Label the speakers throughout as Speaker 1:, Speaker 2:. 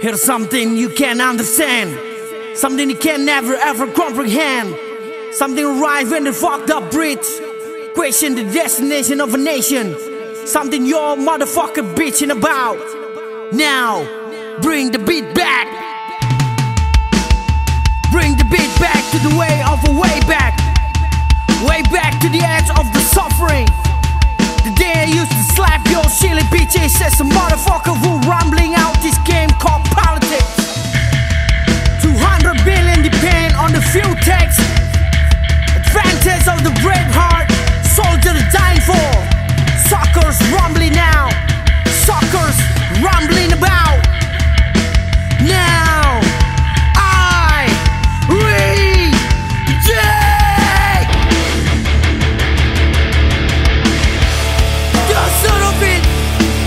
Speaker 1: Here's something you can understand, something you can never ever comprehend, something arrived in the fucked up bridge, question the destination of a nation, something your motherfucker bitching about. Now, bring the beat back, bring the beat back to the way of a way back, way back to the edge of the suffering. The day I used to slap your silly bitches as a motherfucker who rumbling out this game called politics. 200 billion depend on the few texts. Advantage of the brave heart, soldier dying for. Suckers rumbling now, suckers rumbling about. Now, I reject. The son of it,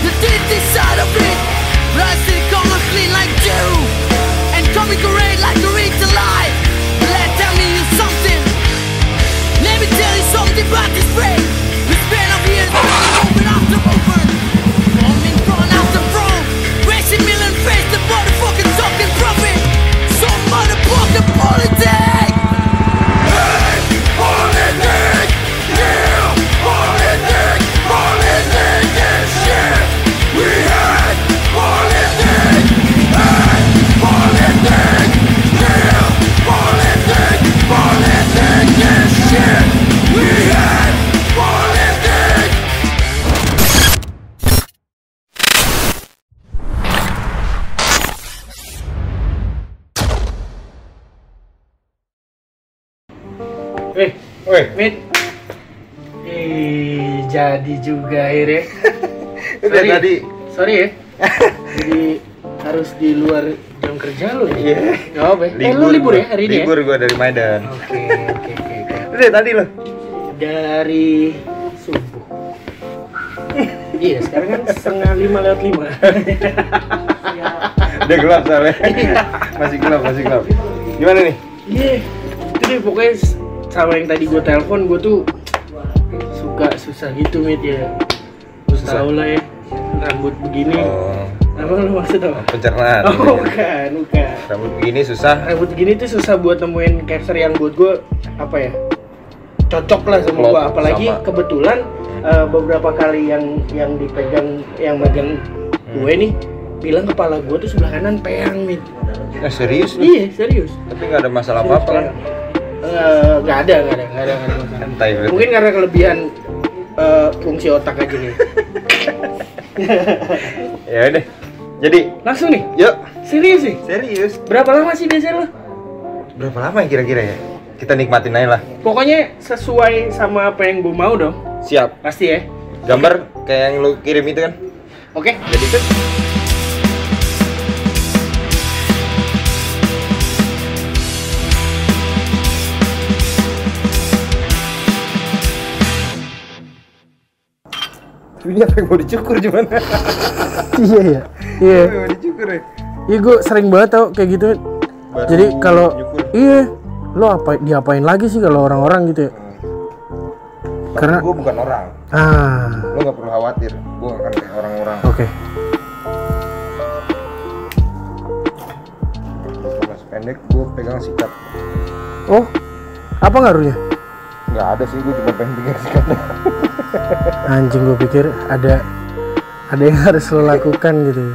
Speaker 1: the dirty side of it, blasting coming clean like you, and coming great like a read the light. Let tell me you something. Let me tell you something about this break. We spent up years moving after movement, bombing front after front, racing million face the motherfucking talking profit. Some motherfucking politics.
Speaker 2: Eh, woi, Mit. Eh, jadi juga akhirnya.
Speaker 3: Udah tadi.
Speaker 2: Sorry ya. Jadi harus di luar jam kerja lu ya.
Speaker 3: Iya.
Speaker 2: Gak apa-apa. Eh, lu libur ya hari ini ya?
Speaker 3: Libur gua dari Medan.
Speaker 2: Oke, oke, oke, oke.
Speaker 3: Udah tadi lo.
Speaker 2: Dari subuh. iya, sekarang kan setengah lima lewat lima.
Speaker 3: Udah gelap soalnya. masih gelap, masih gelap. Gimana nih?
Speaker 2: Iya, itu deh pokoknya s- sama yang tadi gue telepon, gue tuh suka susah gitu, Mit ya. Terus
Speaker 3: Susah.
Speaker 2: tau lah ya, rambut begini.
Speaker 3: Oh,
Speaker 2: Apa lu maksud
Speaker 3: Nah,
Speaker 2: apa?
Speaker 3: pencernaan.
Speaker 2: Oh, bukan, bukan.
Speaker 3: Rambut begini susah.
Speaker 2: Rambut gini tuh susah buat nemuin caster yang buat gue apa ya? Cocok lah sama
Speaker 3: Klop,
Speaker 2: gue, apalagi
Speaker 3: sama.
Speaker 2: kebetulan eh, beberapa kali yang yang dipegang, yang megang
Speaker 3: Hmm.
Speaker 2: gue nih bilang kepala gue tuh sebelah kanan peyang nih.
Speaker 3: Eh, serius lu?
Speaker 2: Iya serius.
Speaker 3: Tapi nggak ada masalah apa-apa kan?
Speaker 2: Eh, Nggak ada, nggak ada, nggak ada, nggak ada masalah.
Speaker 3: Santai berarti.
Speaker 2: Mungkin karena kelebihan eh, fungsi otak aja nih.
Speaker 3: Ya udah. Jadi,
Speaker 2: Langsung nih,
Speaker 3: yuk.
Speaker 2: serius sih.
Speaker 3: Serius.
Speaker 2: Berapa lama sih biasanya lo?
Speaker 3: Berapa lama ya kira-kira ya? Kita nikmatin aja lah.
Speaker 2: Pokoknya sesuai sama apa yang gue mau dong,
Speaker 3: Siap.
Speaker 2: pasti ya.
Speaker 3: Gambar kayak yang lu kirim itu kan?
Speaker 2: Oke.
Speaker 3: Jadi kan Ini apa yang mau dicukur cuman?
Speaker 2: Iya ya. Iya.
Speaker 3: mau dicukur ya?
Speaker 2: Iya gue sering banget tau kayak gitu.
Speaker 3: Baru
Speaker 2: Jadi kalau
Speaker 3: nyukur.
Speaker 2: iya lo apa diapain lagi sih kalau orang-orang gitu ya?
Speaker 3: Karena
Speaker 2: Karena-
Speaker 3: gue bukan orang,
Speaker 2: Ah,
Speaker 3: lo nggak perlu khawatir, gue akan kayak orang-orang.
Speaker 2: oke.
Speaker 3: Terus Pas pendek gue pegang sikap,
Speaker 2: Oh, apa ngaruhnya?
Speaker 3: nggak ada sih gue cuma pengen pegang sikap.
Speaker 2: Anjing gue pikir ada ada yang harus lo lakukan gitu. ya.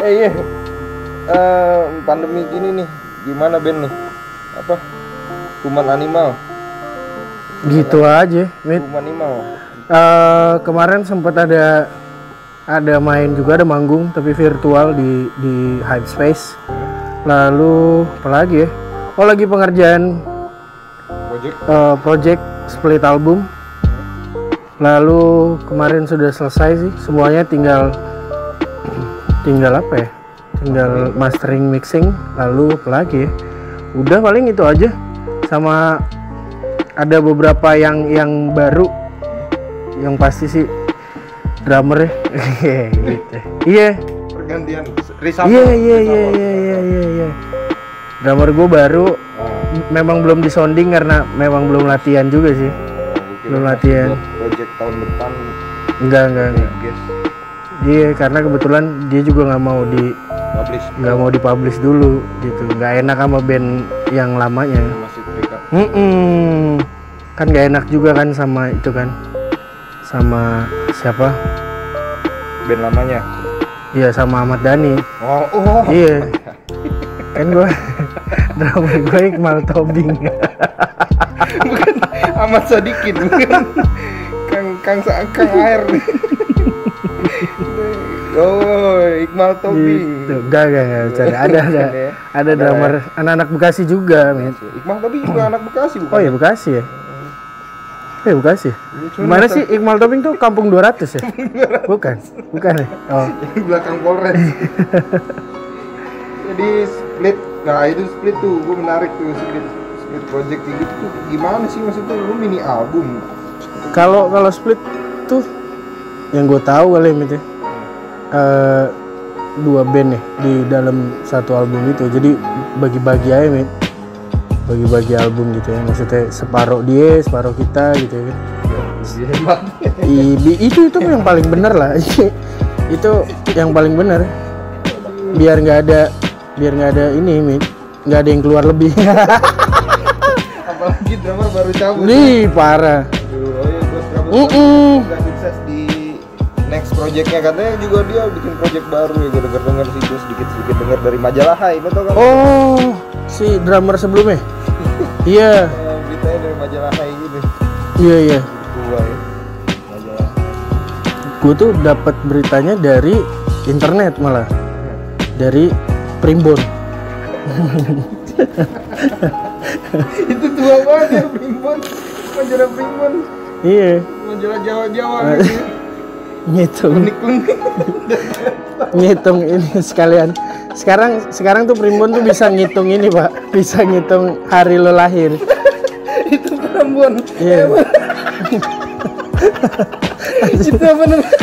Speaker 3: Eh iya, Eh, pandemi gini nih, gimana Ben nih? Apa? Human animal,
Speaker 2: Gitu aja, Mit.
Speaker 3: human animal.
Speaker 2: Eh, kemarin sempat ada ada main juga ada manggung tapi virtual di di Hype Space. Lalu apa lagi ya? Oh lagi pengerjaan
Speaker 3: Gojek.
Speaker 2: eh, project split album. Lalu kemarin sudah selesai sih semuanya tinggal tinggal apa ya? Tinggal mastering mixing lalu apa lagi ya? Udah paling itu aja sama ada beberapa yang yang baru yang pasti sih drummer ya gitu. Iya.
Speaker 3: Pergantian. Reshuffle.
Speaker 2: Iya iya iya iya iya iya iya. Drummer gue baru
Speaker 3: Oh,
Speaker 2: memang belum disonding karena memang belum latihan juga sih.
Speaker 3: gue mikirin
Speaker 2: Belum
Speaker 3: masih
Speaker 2: latihan. Iya.
Speaker 3: buat project tahun depan
Speaker 2: enggak enggak enggak
Speaker 3: guys
Speaker 2: dia Iya, karena kebetulan dia juga nggak mau di
Speaker 3: publish
Speaker 2: nggak mau dipublish dulu gitu nggak enak sama band yang lamanya
Speaker 3: masih terikat
Speaker 2: Mm-mm. kan nggak enak juga kan sama itu kan sama siapa
Speaker 3: band lamanya
Speaker 2: iya sama Ahmad Dhani
Speaker 3: oh, oh.
Speaker 2: iya kan gue drama gue Iqmal Tobing
Speaker 3: bukan amat sadikin bukan kang kang Sa- kang air nih oh Iqbal Tobing
Speaker 2: gitu enggak enggak enggak bercanda. ada ada
Speaker 3: Bukan ya.
Speaker 2: ada
Speaker 3: Ada
Speaker 2: drummer anak-anak Bekasi juga men
Speaker 3: Iqbal Tobing juga anak Bekasi bukan
Speaker 2: oh iya Bekasi ya Oh iya Bekasi.
Speaker 3: cuman
Speaker 2: Gimana
Speaker 3: masa-
Speaker 2: sih Iqmal Tobing tuh kampung 200 ya? Bukan. Bukan ya? Oh.
Speaker 3: di belakang Polres jadi split nah itu split tuh gue menarik tuh split split project kayak gitu tuh gimana sih maksudnya lu mini album
Speaker 2: Kalau kalau split tuh yang gue tahu kali ya, Mit, ya. Eh, dua band ya di dalam satu album itu. Jadi bagi-bagi aja, Mit. Bagi-bagi album gitu ya. Maksudnya separuh dia, separuh kita gitu ya. kan.
Speaker 3: lebih hebat
Speaker 2: I- bi- itu itu yang paling bener lah. itu yang paling bener. Biar nggak ada biar nggak ada ini, Mit. Nggak ada yang keluar lebih.
Speaker 3: apalagi drummer baru cabut
Speaker 2: Nih, Uh-uh. parah.
Speaker 3: Aduh, oh iya gue cabut
Speaker 2: Mm-mm.
Speaker 3: udah sukses di next projectnya katanya juga dia bikin project baru ya gue denger denger sih gue sedikit sedikit denger dari majalah Hai lo tau kan
Speaker 2: Oh, si drummer sebelumnya? Iya,
Speaker 3: Eh, beritanya dari majalah Hai gitu
Speaker 2: iya, iya.
Speaker 3: gua ya majalah
Speaker 2: Gue tuh dapat beritanya dari internet malah, dari Primbon.
Speaker 3: itu tua banget ya primbon majalah primbon
Speaker 2: Iya,
Speaker 3: majalah Jawa Jawa gitu
Speaker 2: ngitung,
Speaker 3: unik unik
Speaker 2: ngitung ini sekalian. Sekarang, sekarang tuh Primbon tuh bisa ngitung ini pak, bisa ngitung hari lo lahir.
Speaker 3: itu primbon
Speaker 2: Iya.
Speaker 3: itu apa namanya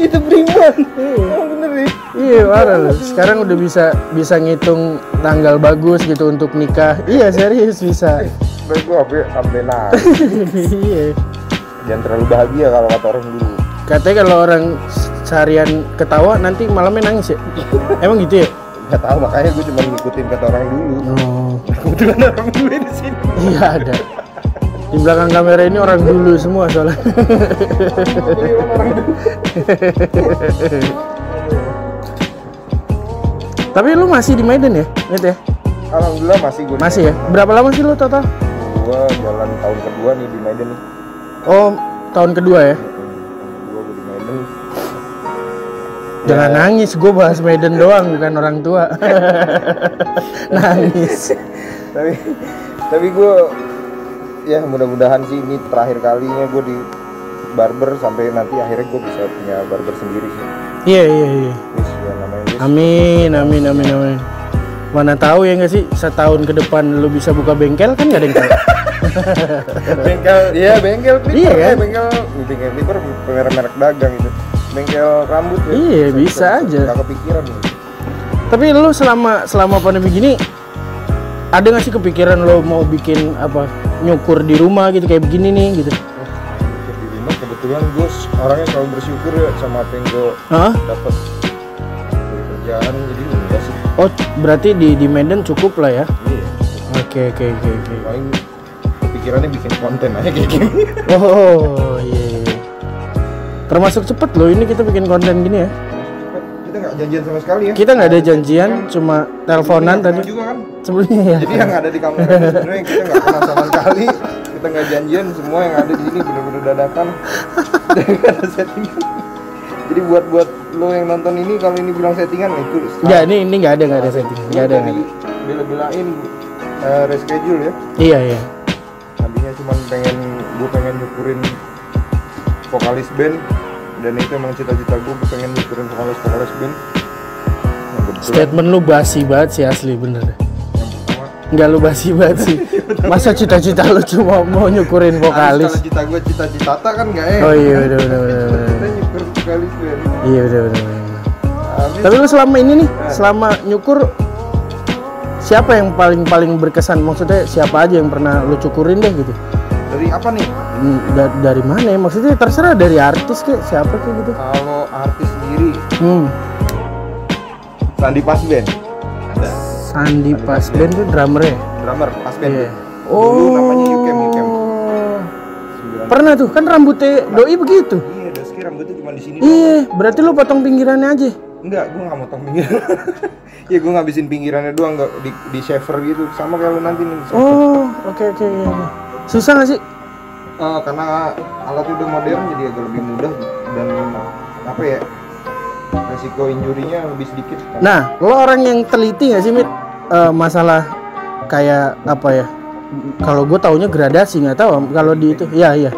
Speaker 3: itu primbon Emang bener ya
Speaker 2: Iya, parah loh. Sekarang udah bisa bisa ngitung tanggal bagus gitu untuk nikah. Iya, serius bisa.
Speaker 3: Baik gue sampai sampai nah
Speaker 2: Iya.
Speaker 3: jangan terlalu bahagia kalau kata orang dulu
Speaker 2: Katanya kalau orang seharian ketawa nanti malamnya nangis ya? Emang gitu ya?
Speaker 3: nggak tahu makanya gue cuma ngikutin kata orang dulu
Speaker 2: Oh,
Speaker 3: kebetulan orang gue di sini
Speaker 2: iya ada. Di belakang kamera ini orang dulu semua soalnya. Tapi lu masih di Medan ya? Net ya?
Speaker 3: alhamdulillah masih gue
Speaker 2: Masih ya? Berapa lama sih lu total?
Speaker 3: gue jalan tahun kedua nih di Medan nih
Speaker 2: Oh, tahun kedua ya?
Speaker 3: gue di Medan
Speaker 2: Jangan nangis, gue bahas Medan doang bukan orang tua. nangis.
Speaker 3: tapi tapi gue ya mudah-mudahan sih ini terakhir kalinya gue di barber sampai nanti akhirnya gue bisa punya barber sendiri sih
Speaker 2: Iya iya iya.
Speaker 3: Wis, ya namanya wis.
Speaker 2: Amin, amin, amin, amin. Mana tahu ya nggak sih setahun ke depan lu bisa buka bengkel kan nggak ada yang tahu.
Speaker 3: bengkel iya bengkel
Speaker 2: Iya,
Speaker 3: clipper
Speaker 2: kan?
Speaker 3: eh, bengkel bengkel clipper merek merek dagang itu bengkel rambut ya
Speaker 2: Iya, bisa aja.
Speaker 3: nggak kepikiran nih.
Speaker 2: Tapi lu selama selama pandemi gini ada nggak sih kepikiran lo mau bikin apa nyukur di rumah gitu kayak begini nih gitu?
Speaker 3: Syukur di rumah kebetulan gue orangnya selalu bersyukur ya sama apa yang gue
Speaker 2: Hah?
Speaker 3: dapat dari kerjaan jadi enggak sih
Speaker 2: Oh berarti di di Medan cukup lah ya?
Speaker 3: iya
Speaker 2: Oke oke oke oke.
Speaker 3: paling pikirannya bikin konten aja kayak gini
Speaker 2: Oh iya. iya. Termasuk cepet loh ini kita bikin konten gini ya.
Speaker 3: kita nggak janjian sama sekali ya
Speaker 2: Kita nggak ada janjian, cuma teleponan
Speaker 3: Iya,
Speaker 2: tadi.
Speaker 3: juga kan
Speaker 2: Sebelumnya ya.
Speaker 3: jadi yang ada di kamera itu sebenarnya kita nggak kenal sama sekali kita nggak janjian semua yang ada di sini bener-bener dadakan Dan nggak ada settingan jadi buat buat lo yang nonton ini kalau ini bilang settingan nah itu
Speaker 2: Ya ini ini nggak ada nggak ada setting, nggak ada. nggak ada.
Speaker 3: bela-belain eh, reschedule ya
Speaker 2: Iya iya.
Speaker 3: tadinya cuman pengen gue pengen nyukurin vokalis band dan itu emang cita-cita gue gue pengen nyukurin vokalis vokalis band yang kebetulan
Speaker 2: Statement lu basi banget sih asli bener.
Speaker 3: yang pertama
Speaker 2: Nggak lu basi banget sih. Masa cita-cita lu cuma mau nyukurin
Speaker 3: Harus
Speaker 2: vokalis?
Speaker 3: kalau cita gue cita-cita kan nggak ya
Speaker 2: Oh iya udah udah udah. udah.
Speaker 3: kita nyukur vokalis band
Speaker 2: Iya udah udah. udah.
Speaker 3: Habis
Speaker 2: Tapi lu selama ini nih, selama nyukur siapa yang paling paling berkesan? Maksudnya siapa aja yang pernah lu cukurin deh gitu?
Speaker 3: dari apa nih
Speaker 2: Di- da- dari mana ya? maksudnya terserah dari artis kayak siapa kayak gitu
Speaker 3: kalau artis sendiri
Speaker 2: hmm
Speaker 3: Sandi Pasben ada
Speaker 2: Sandi Pasben tuh drummer ya
Speaker 3: drummer Pasben
Speaker 2: Iya.
Speaker 3: dulu namanya Yukem Yukem Sembilan-
Speaker 2: Oh. pernah tuh kan rambutnya doi begitu
Speaker 3: iya Daski rambutnya cuma di sini
Speaker 2: iya berarti lu potong pinggirannya aja
Speaker 3: Enggak, gue gak motong pinggir. Iya, gue ngabisin pinggirannya doang nggak di, di shaver gitu. Sama kayak lu nanti nih. So-
Speaker 2: oh oke oke iya, iya. susah gak sih
Speaker 3: Eh, karena alatnya udah modern jadi agak lebih mudah dan apa ya? Resiko injurinya lebih sedikit. Kan?
Speaker 2: Nah, lo orang yang teliti gak sih, Mit? Eh, masalah kayak apa ya? Kalau gue taunya gradasi nggak tahu. Kalau di itu, ya iya.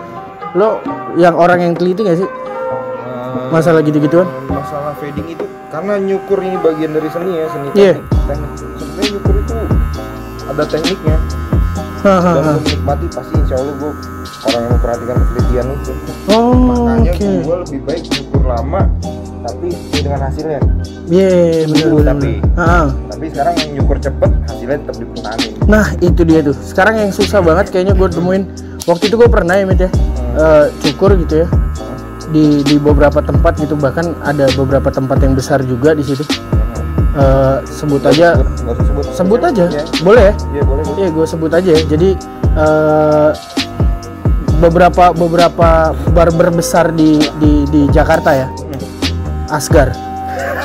Speaker 2: Lo yang orang yang teliti gak sih?
Speaker 3: Eh,
Speaker 2: Masalah gitu-gituan?
Speaker 3: masalah fading itu karena nyukur ini bagian dari seni ya, seni
Speaker 2: Iya.
Speaker 3: teknik. teknik. Sebenarnya nyukur itu ada tekniknya dan
Speaker 2: Hahaha.
Speaker 3: lu menikmati pasti insya Allah gue orang yang memperhatikan penelitian itu
Speaker 2: oh,
Speaker 3: makanya
Speaker 2: oke.
Speaker 3: gue lebih baik nyukur lama tapi sesuai dengan hasilnya
Speaker 2: Ye, bener
Speaker 3: Dulu
Speaker 2: bener.
Speaker 3: tapi.
Speaker 2: bener. Heeh.
Speaker 3: tapi sekarang yang nyukur cepet hasilnya tetap dipertahanin
Speaker 2: Nah, itu dia tuh. Sekarang yang susah banget kayaknya gue temuin. Waktu itu gue pernah ya, Mit ya. Eh, cukur gitu ya. Di di beberapa tempat gitu, bahkan ada beberapa tempat yang besar juga di situ. Eh, sebut aja
Speaker 3: nggak usah sebut
Speaker 2: sebut aja
Speaker 3: Iya.
Speaker 2: boleh ya
Speaker 3: iya boleh boleh
Speaker 2: iya gue sebut aja ya jadi eh, beberapa beberapa barber besar di di di Jakarta ya Asgar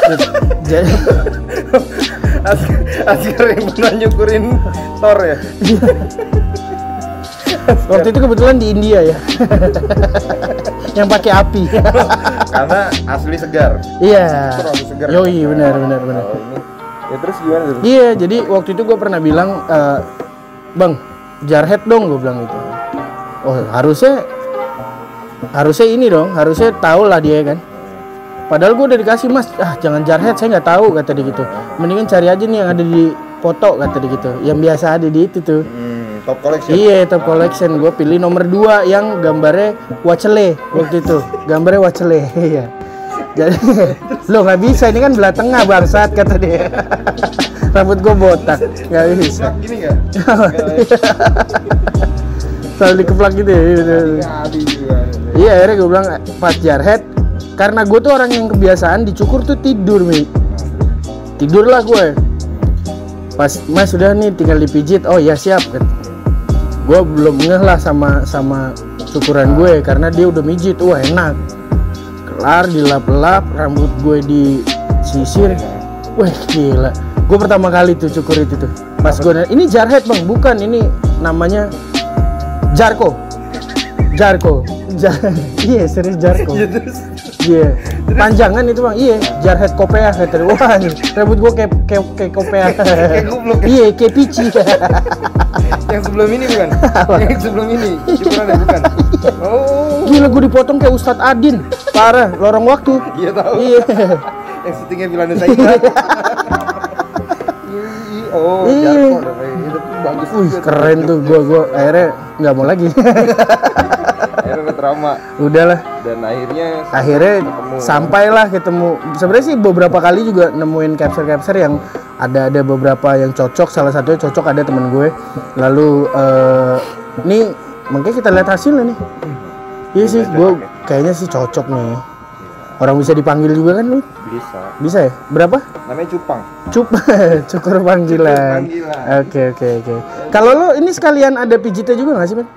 Speaker 2: Gitu. jadi
Speaker 3: Askar yang pernah nyukurin tor ya
Speaker 2: waktu itu kebetulan di India ya yang pakai api
Speaker 3: karena asli segar
Speaker 2: iya
Speaker 3: Itu rambut segar.
Speaker 2: yoi benar benar benar
Speaker 3: kalau ini ya terus gimana tuh
Speaker 2: Iya, jadi waktu itu gue pernah bilang, eh, bang, jarhead dong, gue bilang gitu. Oh harusnya, harusnya ini dong, harusnya tahu lah dia kan. Padahal gue udah dikasih mas, ah jangan jarhead, saya nggak tahu kata dia gitu. Mendingan cari aja nih yang ada di foto kata dia gitu, yang biasa ada di itu tuh.
Speaker 3: hmm, top collection
Speaker 2: Iya, top collection gue pilih nomor 2 yang gambarnya wacele waktu itu. Gambarnya wacele, iya. Jadi lo nggak bisa ini kan belah tengah bangsat kata dia. Rambut gue botak, nggak bisa.
Speaker 3: Enak gini nggak
Speaker 2: Selalu dikeplak gitu ya. iya, iya, iya.
Speaker 3: nggak habis juga
Speaker 2: Iya, akhirnya gue bilang pas jarhead karena gue tuh orang yang kebiasaan dicukur tuh tidur mi. Tidurlah gue. Pas mas sudah nih tinggal dipijit. Oh ya siap. Gue belum ngeh lah sama sama cukuran gue karena dia udah mijit. Wah enak. Kelar dilap-lap rambut gue disisir. Wah gila. Gue pertama kali tuh cukur itu tuh. Pas gue na- ini jarhead bang bukan ini namanya Jarko. Jarko. Jar- iya serius Jarko.
Speaker 3: ya terus
Speaker 2: Iya. Panjangan itu bang. Iya. Jarhead kopeah kata dia. Wah, ini rambut gua kayak kayak kayak kopeah.
Speaker 3: Kayak goblok ya.
Speaker 2: Iya, kayak pici.
Speaker 3: yang sebelum ini bukan yang sebelum ini cukuran ya bukan oh
Speaker 2: Gila gua dipotong kayak Ustadz Adin. Parah, lorong waktu.
Speaker 3: iya tahu
Speaker 2: Iya.
Speaker 3: yang syutingnya Vilanda Saika oh
Speaker 2: Iya.
Speaker 3: Jarkor itu bagus
Speaker 2: Wih,
Speaker 3: juga.
Speaker 2: keren tuh gua gua akhirnya nggak mau lagi.
Speaker 3: akhirnya ada trauma
Speaker 2: Udahlah.
Speaker 3: dan akhirnya
Speaker 2: akhirnya
Speaker 3: Ketemu.
Speaker 2: sampailah ketemu sebenarnya sih beberapa kali juga nemuin capture capture yang ada ada beberapa yang cocok salah satunya cocok ada temen gue lalu eh, nih mungkin kita lihat hasilnya nih iya sih gue kayaknya sih cocok nih orang bisa dipanggil juga kan lu
Speaker 3: bisa
Speaker 2: bisa ya berapa
Speaker 3: namanya cupang
Speaker 2: cup cukur panggilan
Speaker 3: panggilan.
Speaker 2: oke oke oke kalau lo ini sekalian ada pijitnya juga nggak sih men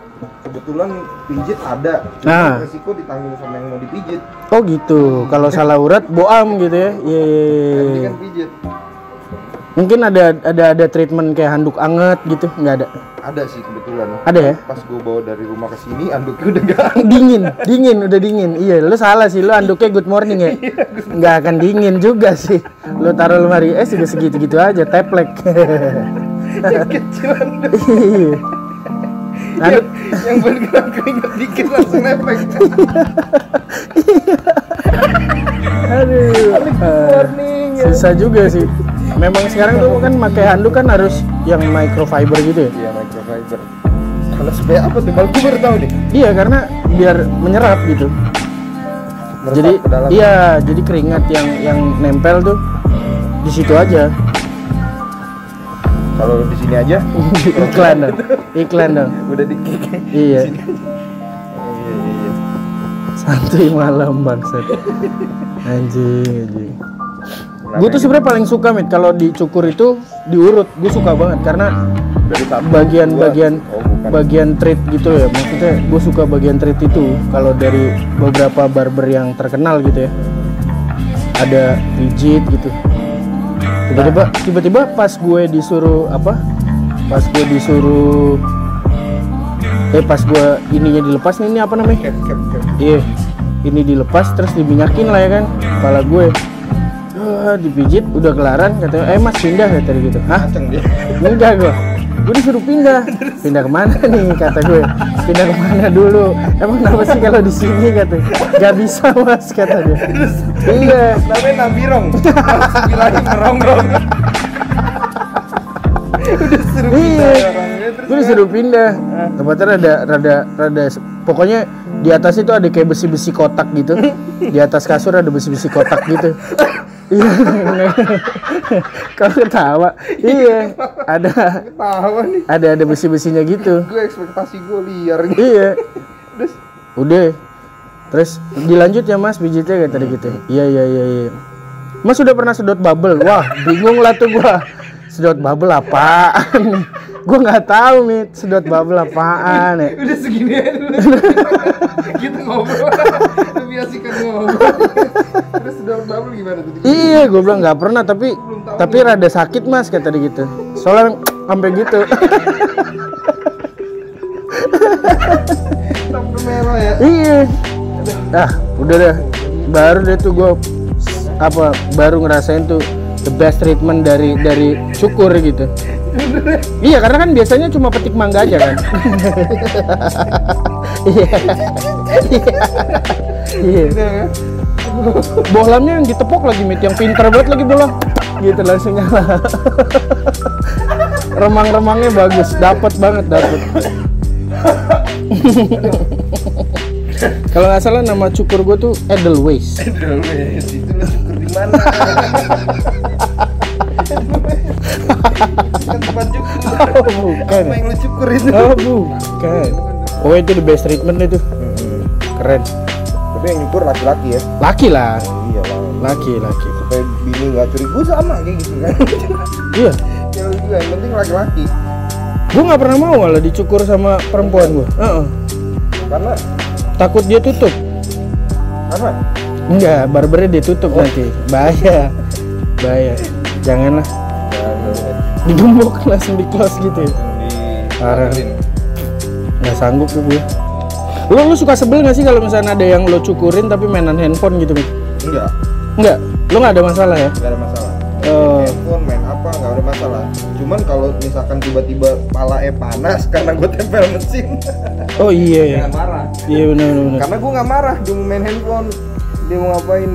Speaker 3: kebetulan pijit ada cuma
Speaker 2: Nah.
Speaker 3: resiko ditanggung sama yang mau dipijit
Speaker 2: oh gitu kalau salah urat boam gitu ya iya iya, iya,
Speaker 3: Ini
Speaker 2: iya.
Speaker 3: kan pijit
Speaker 2: Mungkin ada ada ada treatment kayak handuk anget gitu, nggak ada.
Speaker 3: ada sih kebetulan
Speaker 2: Ada ya?
Speaker 3: pas gue bawa dari rumah ke sini anduknya udah gak
Speaker 2: Dingin, dingin, udah dingin. Iya, lu salah sih, lu handuknya good morning ya. Nggak akan dingin juga sih. Lu taruh lemari es juga segitu-gitu aja, teplek.
Speaker 3: yang kecil anduk
Speaker 2: Iya.
Speaker 3: yang, yang bergerak keringat dikit langsung nepek
Speaker 2: Aduh. eh, Susah juga sih. Memang sekarang tuh kan pakai handuk kan harus yang microfiber gitu ya.
Speaker 3: iya microfiber kalau supaya apa tuh malah gue baru tahu deh
Speaker 2: Iya, karena biar menyerap gitu.
Speaker 3: Meresap
Speaker 2: jadi
Speaker 3: ke dalam
Speaker 2: iya jadi keringat yang yang nempel tuh di situ aja
Speaker 3: kalau di sini aja
Speaker 2: iklan iklan dong
Speaker 3: udah di kick
Speaker 2: iya
Speaker 3: Sini. iya iya iya
Speaker 2: santuy malam bangsat anjing anjing
Speaker 3: Kenapa
Speaker 2: gue tuh
Speaker 3: ini?
Speaker 2: sebenarnya paling suka mit kalau dicukur itu diurut gue suka banget karena
Speaker 3: Dari tabung gua-
Speaker 2: bagian-bagian
Speaker 3: oh, bukan.
Speaker 2: bagian treat gitu ya maksudnya gue suka bagian treat itu kalau dari beberapa barber yang terkenal gitu ya ada rigid gitu tiba-tiba tiba-tiba pas gue disuruh apa pas gue disuruh eh pas gue ininya dilepas nih ini apa namanya
Speaker 3: Cap, cap, cap.
Speaker 2: Iya, ini dilepas terus diminyakin lah ya kan kepala gue. Wah, dipijit udah kelaran katanya, "Eh Mas pindah ya tadi gitu." Hah?
Speaker 3: Kenceng dia
Speaker 2: Pindah gue. Gue disuruh pindah. Pindah kemana nih kata gue? Pindah kemana dulu? Emang kenapa sih kalau di sini kata? Gak bisa Mas kata dia. Iya.
Speaker 3: namanya nambirong bilangin merongrong udah seru
Speaker 2: Iya.
Speaker 3: pindah orangnya terus
Speaker 2: Gue disuruh pindah. Tempatnya rada rada rada pokoknya di atas itu ada kayak besi-besi kotak gitu. Di atas kasur ada besi-besi kotak gitu. Iya. Kau ketawa. Iya. Ada
Speaker 3: tahu nih
Speaker 2: ada ada besi-besinya gitu.
Speaker 3: gue ekspektasi gue liar nih
Speaker 2: Iya.
Speaker 3: terus
Speaker 2: Udah. Terus dilanjut ya Mas pijitnya kayak tadi gitu. Iya iya iya iya. Mas sudah pernah sedot bubble? Wah, bingung lah tuh gua. Sedot bubble apaan? gua nggak tahu nih sedot bubble apaan ya.
Speaker 3: udah segini aja dulu kita ngobrol lebih asik kan ngobrol terus udah bubble gimana tuh
Speaker 2: Iya, gue bilang nggak pernah, tapi tapi rada sakit mas kata dia gitu. Soalnya sampai gitu.
Speaker 3: tetap merah ya
Speaker 2: iya. Ah, udah dah. Baru deh tuh gue apa baru ngerasain tuh the best treatment dari dari cukur gitu. iya, karena kan biasanya cuma petik mangga aja kan. Iya. Iya.
Speaker 3: Gitu ya.
Speaker 2: bolamnya yang ditepok lagi mit yang pinter banget lagi bola gitu langsung nyala remang-remangnya bagus dapat banget dapat kalau nggak salah nama cukur gue tuh Edelweiss
Speaker 3: Dulu ya, itu lu syukur di mana? Kan tempat syukur.
Speaker 2: oh bukan
Speaker 3: Apa yang lu syukur itu?
Speaker 2: oh bukan oh itu the best treatment itu keren
Speaker 3: Tapi yang nyukur laki-laki ya.
Speaker 2: laki lah
Speaker 3: Iya lah.
Speaker 2: laki laki
Speaker 3: Supaya bini nggak curi gue sama kayak gitu kan.
Speaker 2: iya
Speaker 3: Ya lu juga yang penting laki-laki.
Speaker 2: gue nggak pernah mau lah dicukur sama perempuan gue Heeh.
Speaker 3: Karena
Speaker 2: takut dia tutup
Speaker 3: karena
Speaker 2: Enggak, barbernya ditutup nanti. Bahaya. Bahaya. Janganlah
Speaker 3: ya,
Speaker 2: digembok langsung di close gitu. ya.
Speaker 3: Iya.
Speaker 2: Parah. Nggak sanggup tuh gue. Lu, lu suka sebel nggak sih kalau misalnya ada yang lo cukurin tapi mainan handphone gitu? Mit?
Speaker 3: Enggak,
Speaker 2: Enggak, lu nggak ada masalah ya?
Speaker 3: enggak ada masalah.
Speaker 2: Oh.
Speaker 3: Handphone main apa nggak ada masalah. Cuman kalau misalkan tiba-tiba pala eh panas karena gue tempel mesin,
Speaker 2: Oh iya ya.
Speaker 3: jangan marah.
Speaker 2: Iya benar benar. benar.
Speaker 3: Karena gue nggak marah, dia mau main handphone, dia mau ngapain?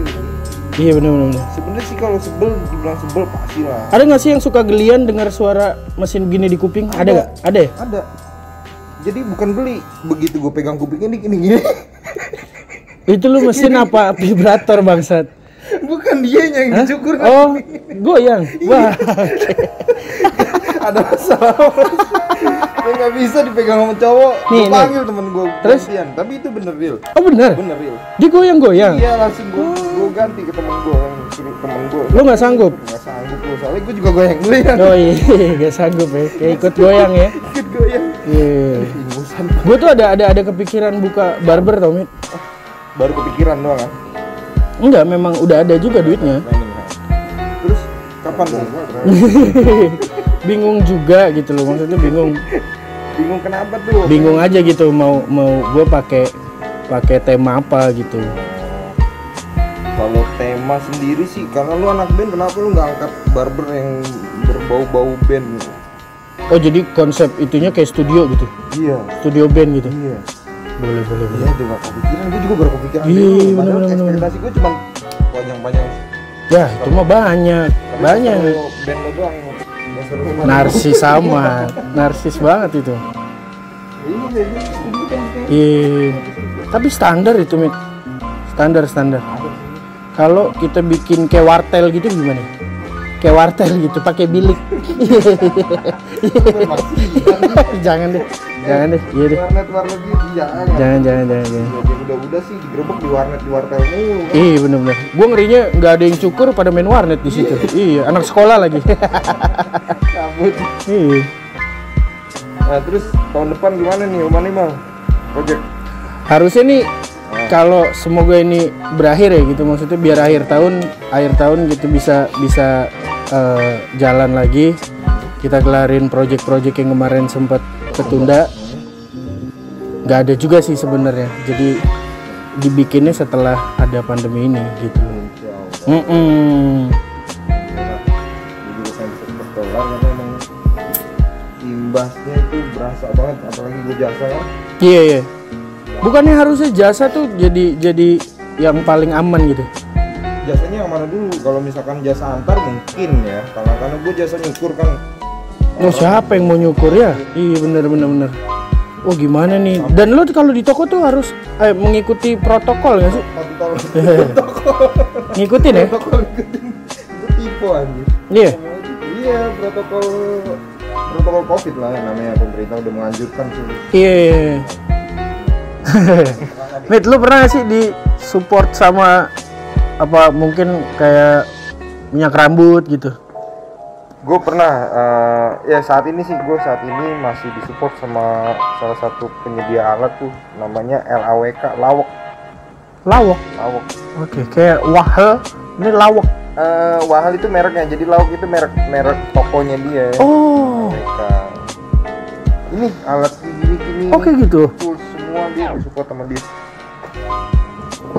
Speaker 2: Iya benar benar. benar.
Speaker 3: Sebenarnya sih kalau sebel, dibilang sebel pasti lah.
Speaker 2: Ada nggak sih yang suka gelian dengar suara mesin gini di kuping? Ada nggak? Ada ya?
Speaker 3: Ada. Jadi bukan beli, begitu gue pegang kupingnya nih gini gini.
Speaker 2: Itu lu mesin apa vibrator bangsat?
Speaker 3: bukan dia yang dicukur. kan?
Speaker 2: Oh, goyang. Wah.
Speaker 3: ada masalah gue nggak bisa dipegang sama cowok
Speaker 2: Nih,
Speaker 3: gue
Speaker 2: nih.
Speaker 3: panggil temen gue
Speaker 2: Terus?
Speaker 3: gantian. tapi itu bener real
Speaker 2: Oh benar.
Speaker 3: bener real
Speaker 2: Dia goyang-goyang.
Speaker 3: iya langsung gue gue ganti ke temen gue yang suruh temen gue
Speaker 2: Lu nggak sanggup?
Speaker 3: nggak sanggup gue soalnya gue juga goyang goyang
Speaker 2: Oh iya, gak sanggup ya. Kayak ikut goyang ya.
Speaker 3: dikit goyang
Speaker 2: Iya.
Speaker 3: ingusan
Speaker 2: Gue tuh ada ada ada kepikiran buka barber tau Mit.
Speaker 3: baru kepikiran doang kan
Speaker 2: Enggak, memang udah ada juga duitnya.
Speaker 3: terus kapan tuh
Speaker 2: bingung juga gitu loh maksudnya bingung
Speaker 3: bingung kenapa tuh
Speaker 2: bingung aja gitu mau mau gue pakai pakai tema apa gitu
Speaker 3: kalau tema sendiri sih karena lu anak band kenapa lu nggak angkat barber yang berbau-bau band
Speaker 2: oh jadi konsep itunya kayak studio gitu
Speaker 3: iya
Speaker 2: studio band gitu
Speaker 3: iya
Speaker 2: boleh boleh boleh
Speaker 3: Iya juga kepikiran, gue juga baru kepikiran
Speaker 2: Iya,
Speaker 3: gitu.
Speaker 2: bener,
Speaker 3: Padahal
Speaker 2: bener, bener.
Speaker 3: ekspektasi gue cuma panjang-panjang
Speaker 2: ya itu mah banyak
Speaker 3: Tapi
Speaker 2: banyak
Speaker 3: seru Band lo doang yang seru kemarin.
Speaker 2: narsis sama narsis banget itu
Speaker 3: Iya, iya, iya. Ini kan kayak
Speaker 2: Iya. Tapi standar itu, Mit. Standar standar. Kalau kita bikin kayak wartel gitu gimana? Kayak pakai wartel gitu pakai bilik jangan deh jangan deh iya deh
Speaker 3: kan warnet warnet gitu jangan ya.
Speaker 2: jangan jangan jangan jangan
Speaker 3: Ya, udah udah sih digerebek di warnet di wartel mulu kan.
Speaker 2: Ih bener-bener, gue ngerinya nggak ada yang cukur pada main warnet di situ. iya, anak sekolah lagi.
Speaker 3: kan Cabut.
Speaker 2: iya.
Speaker 3: Nah terus tahun depan gimana nih Oman Imam? Project
Speaker 2: Harusnya nih kalau semoga ini berakhir ya gitu, maksudnya biar akhir tahun, akhir tahun gitu bisa bisa eh, jalan lagi. Kita kelarin project-project yang kemarin sempat ketunda. Nggak ada juga sih sebenarnya. Jadi dibikinnya setelah ada pandemi ini gitu. Mm-mm.
Speaker 3: di jurusan sektoral karena emang imbasnya itu berasa banget apalagi gue jasa kan
Speaker 2: Iya iya. Bukannya harusnya jasa tuh jadi jadi yang paling aman gitu.
Speaker 3: jasanya yang mana dulu kalau misalkan jasa antar mungkin ya karena karena gue jasa nyukur kan
Speaker 2: Oh siapa yang mau nyukur ya? Iya bener bener bener. Oh gimana nih? Dan lo kalau di toko tuh harus eh, mengikuti protokol nggak sih?
Speaker 3: tapi kalau toko
Speaker 2: Ngikutin ya?
Speaker 3: toko ikutin itu tipe anjir
Speaker 2: Iya.
Speaker 3: iya protokol protokol covid lah yang namanya pemerintah udah menganjurkan sih
Speaker 2: Iya. iya, iya. Mit, lo pernah nggak sih di support sama apa mungkin kayak minyak rambut gitu?
Speaker 3: gue pernah eh, ya saat ini sih gue saat ini masih disupport sama salah satu penyedia alat tuh namanya LAWK lawak
Speaker 2: Lawak.
Speaker 3: lawak
Speaker 2: Oke, kayak wahel ini lawak.
Speaker 3: Eh, wahal itu mereknya jadi lawak itu merek merek tokonya dia
Speaker 2: Oh,
Speaker 3: LAWK. ini alat gini gini
Speaker 2: oke gitu.
Speaker 3: tools semua dia disupport sama dia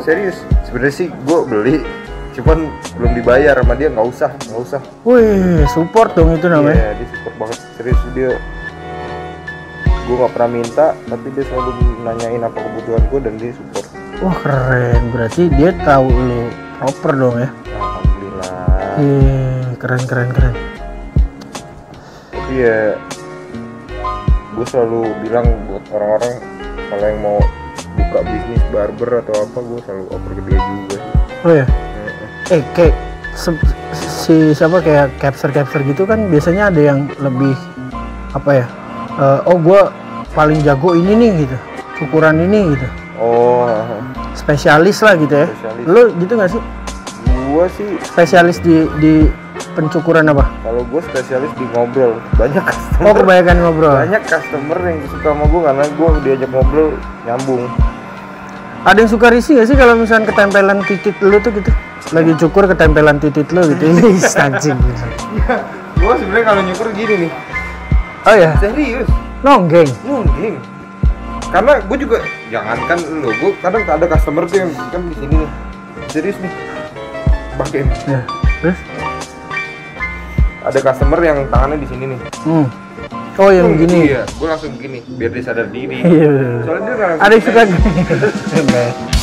Speaker 3: serius sebenarnya sih gue beli cuman belum dibayar sama dia nggak usah nggak usah
Speaker 2: Wih, support dong itu namanya.
Speaker 3: Iya, dia support banget serius dia. Gue nggak pernah minta, tapi dia selalu nanyain apa kebutuhan gue dan dia support.
Speaker 2: Wah keren, berarti dia tahu lu proper dong ya.
Speaker 3: Alhamdulillah.
Speaker 2: Ih, Hmm, keren keren keren.
Speaker 3: Tapi ya, gue selalu bilang buat orang-orang kalau yang mau buka bisnis barber atau apa, gue selalu oper ke dia juga sih.
Speaker 2: Oh ya, eh kayak se- si siapa kayak capture capture gitu kan biasanya ada yang lebih apa ya? eh, oh gua paling jago ini nih gitu, ukuran ini gitu,
Speaker 3: Oh,
Speaker 2: spesialis lah gitu ya.
Speaker 3: Spesialis.
Speaker 2: Lu gitu nggak sih?
Speaker 3: gue sih
Speaker 2: Spesialis di di pencukuran apa?
Speaker 3: kalau gue spesialis di ngobrol banyak
Speaker 2: Oh
Speaker 3: customer
Speaker 2: kebanyakan ngobrol.
Speaker 3: banyak customer yang suka sama gue karena gue diajak ngobrol nyambung
Speaker 2: Ada yang suka risih gak sih kalau misalnya ketempelan titit lu tuh gitu? Lagi cukur ketempelan titit lu gitu. Ih, anjing gitu.
Speaker 3: gue sebenarnya kalau nyukur gini nih
Speaker 2: Oh ya,
Speaker 3: serius
Speaker 2: nonggeng.
Speaker 3: nunding karena gue juga jangankan lo gue kadang ada customer tuh yang kan di sini nih serius nih pakai nih.
Speaker 2: Ya. Terus?
Speaker 3: ada customer yang tangannya di sini nih
Speaker 2: Hmm. Oh yang begini.
Speaker 3: iya gue langsung begini biar dia sadar diri
Speaker 2: Iya.
Speaker 3: soalnya dia nggak langsung
Speaker 2: Ada yang suka
Speaker 3: ngeles.
Speaker 2: gini.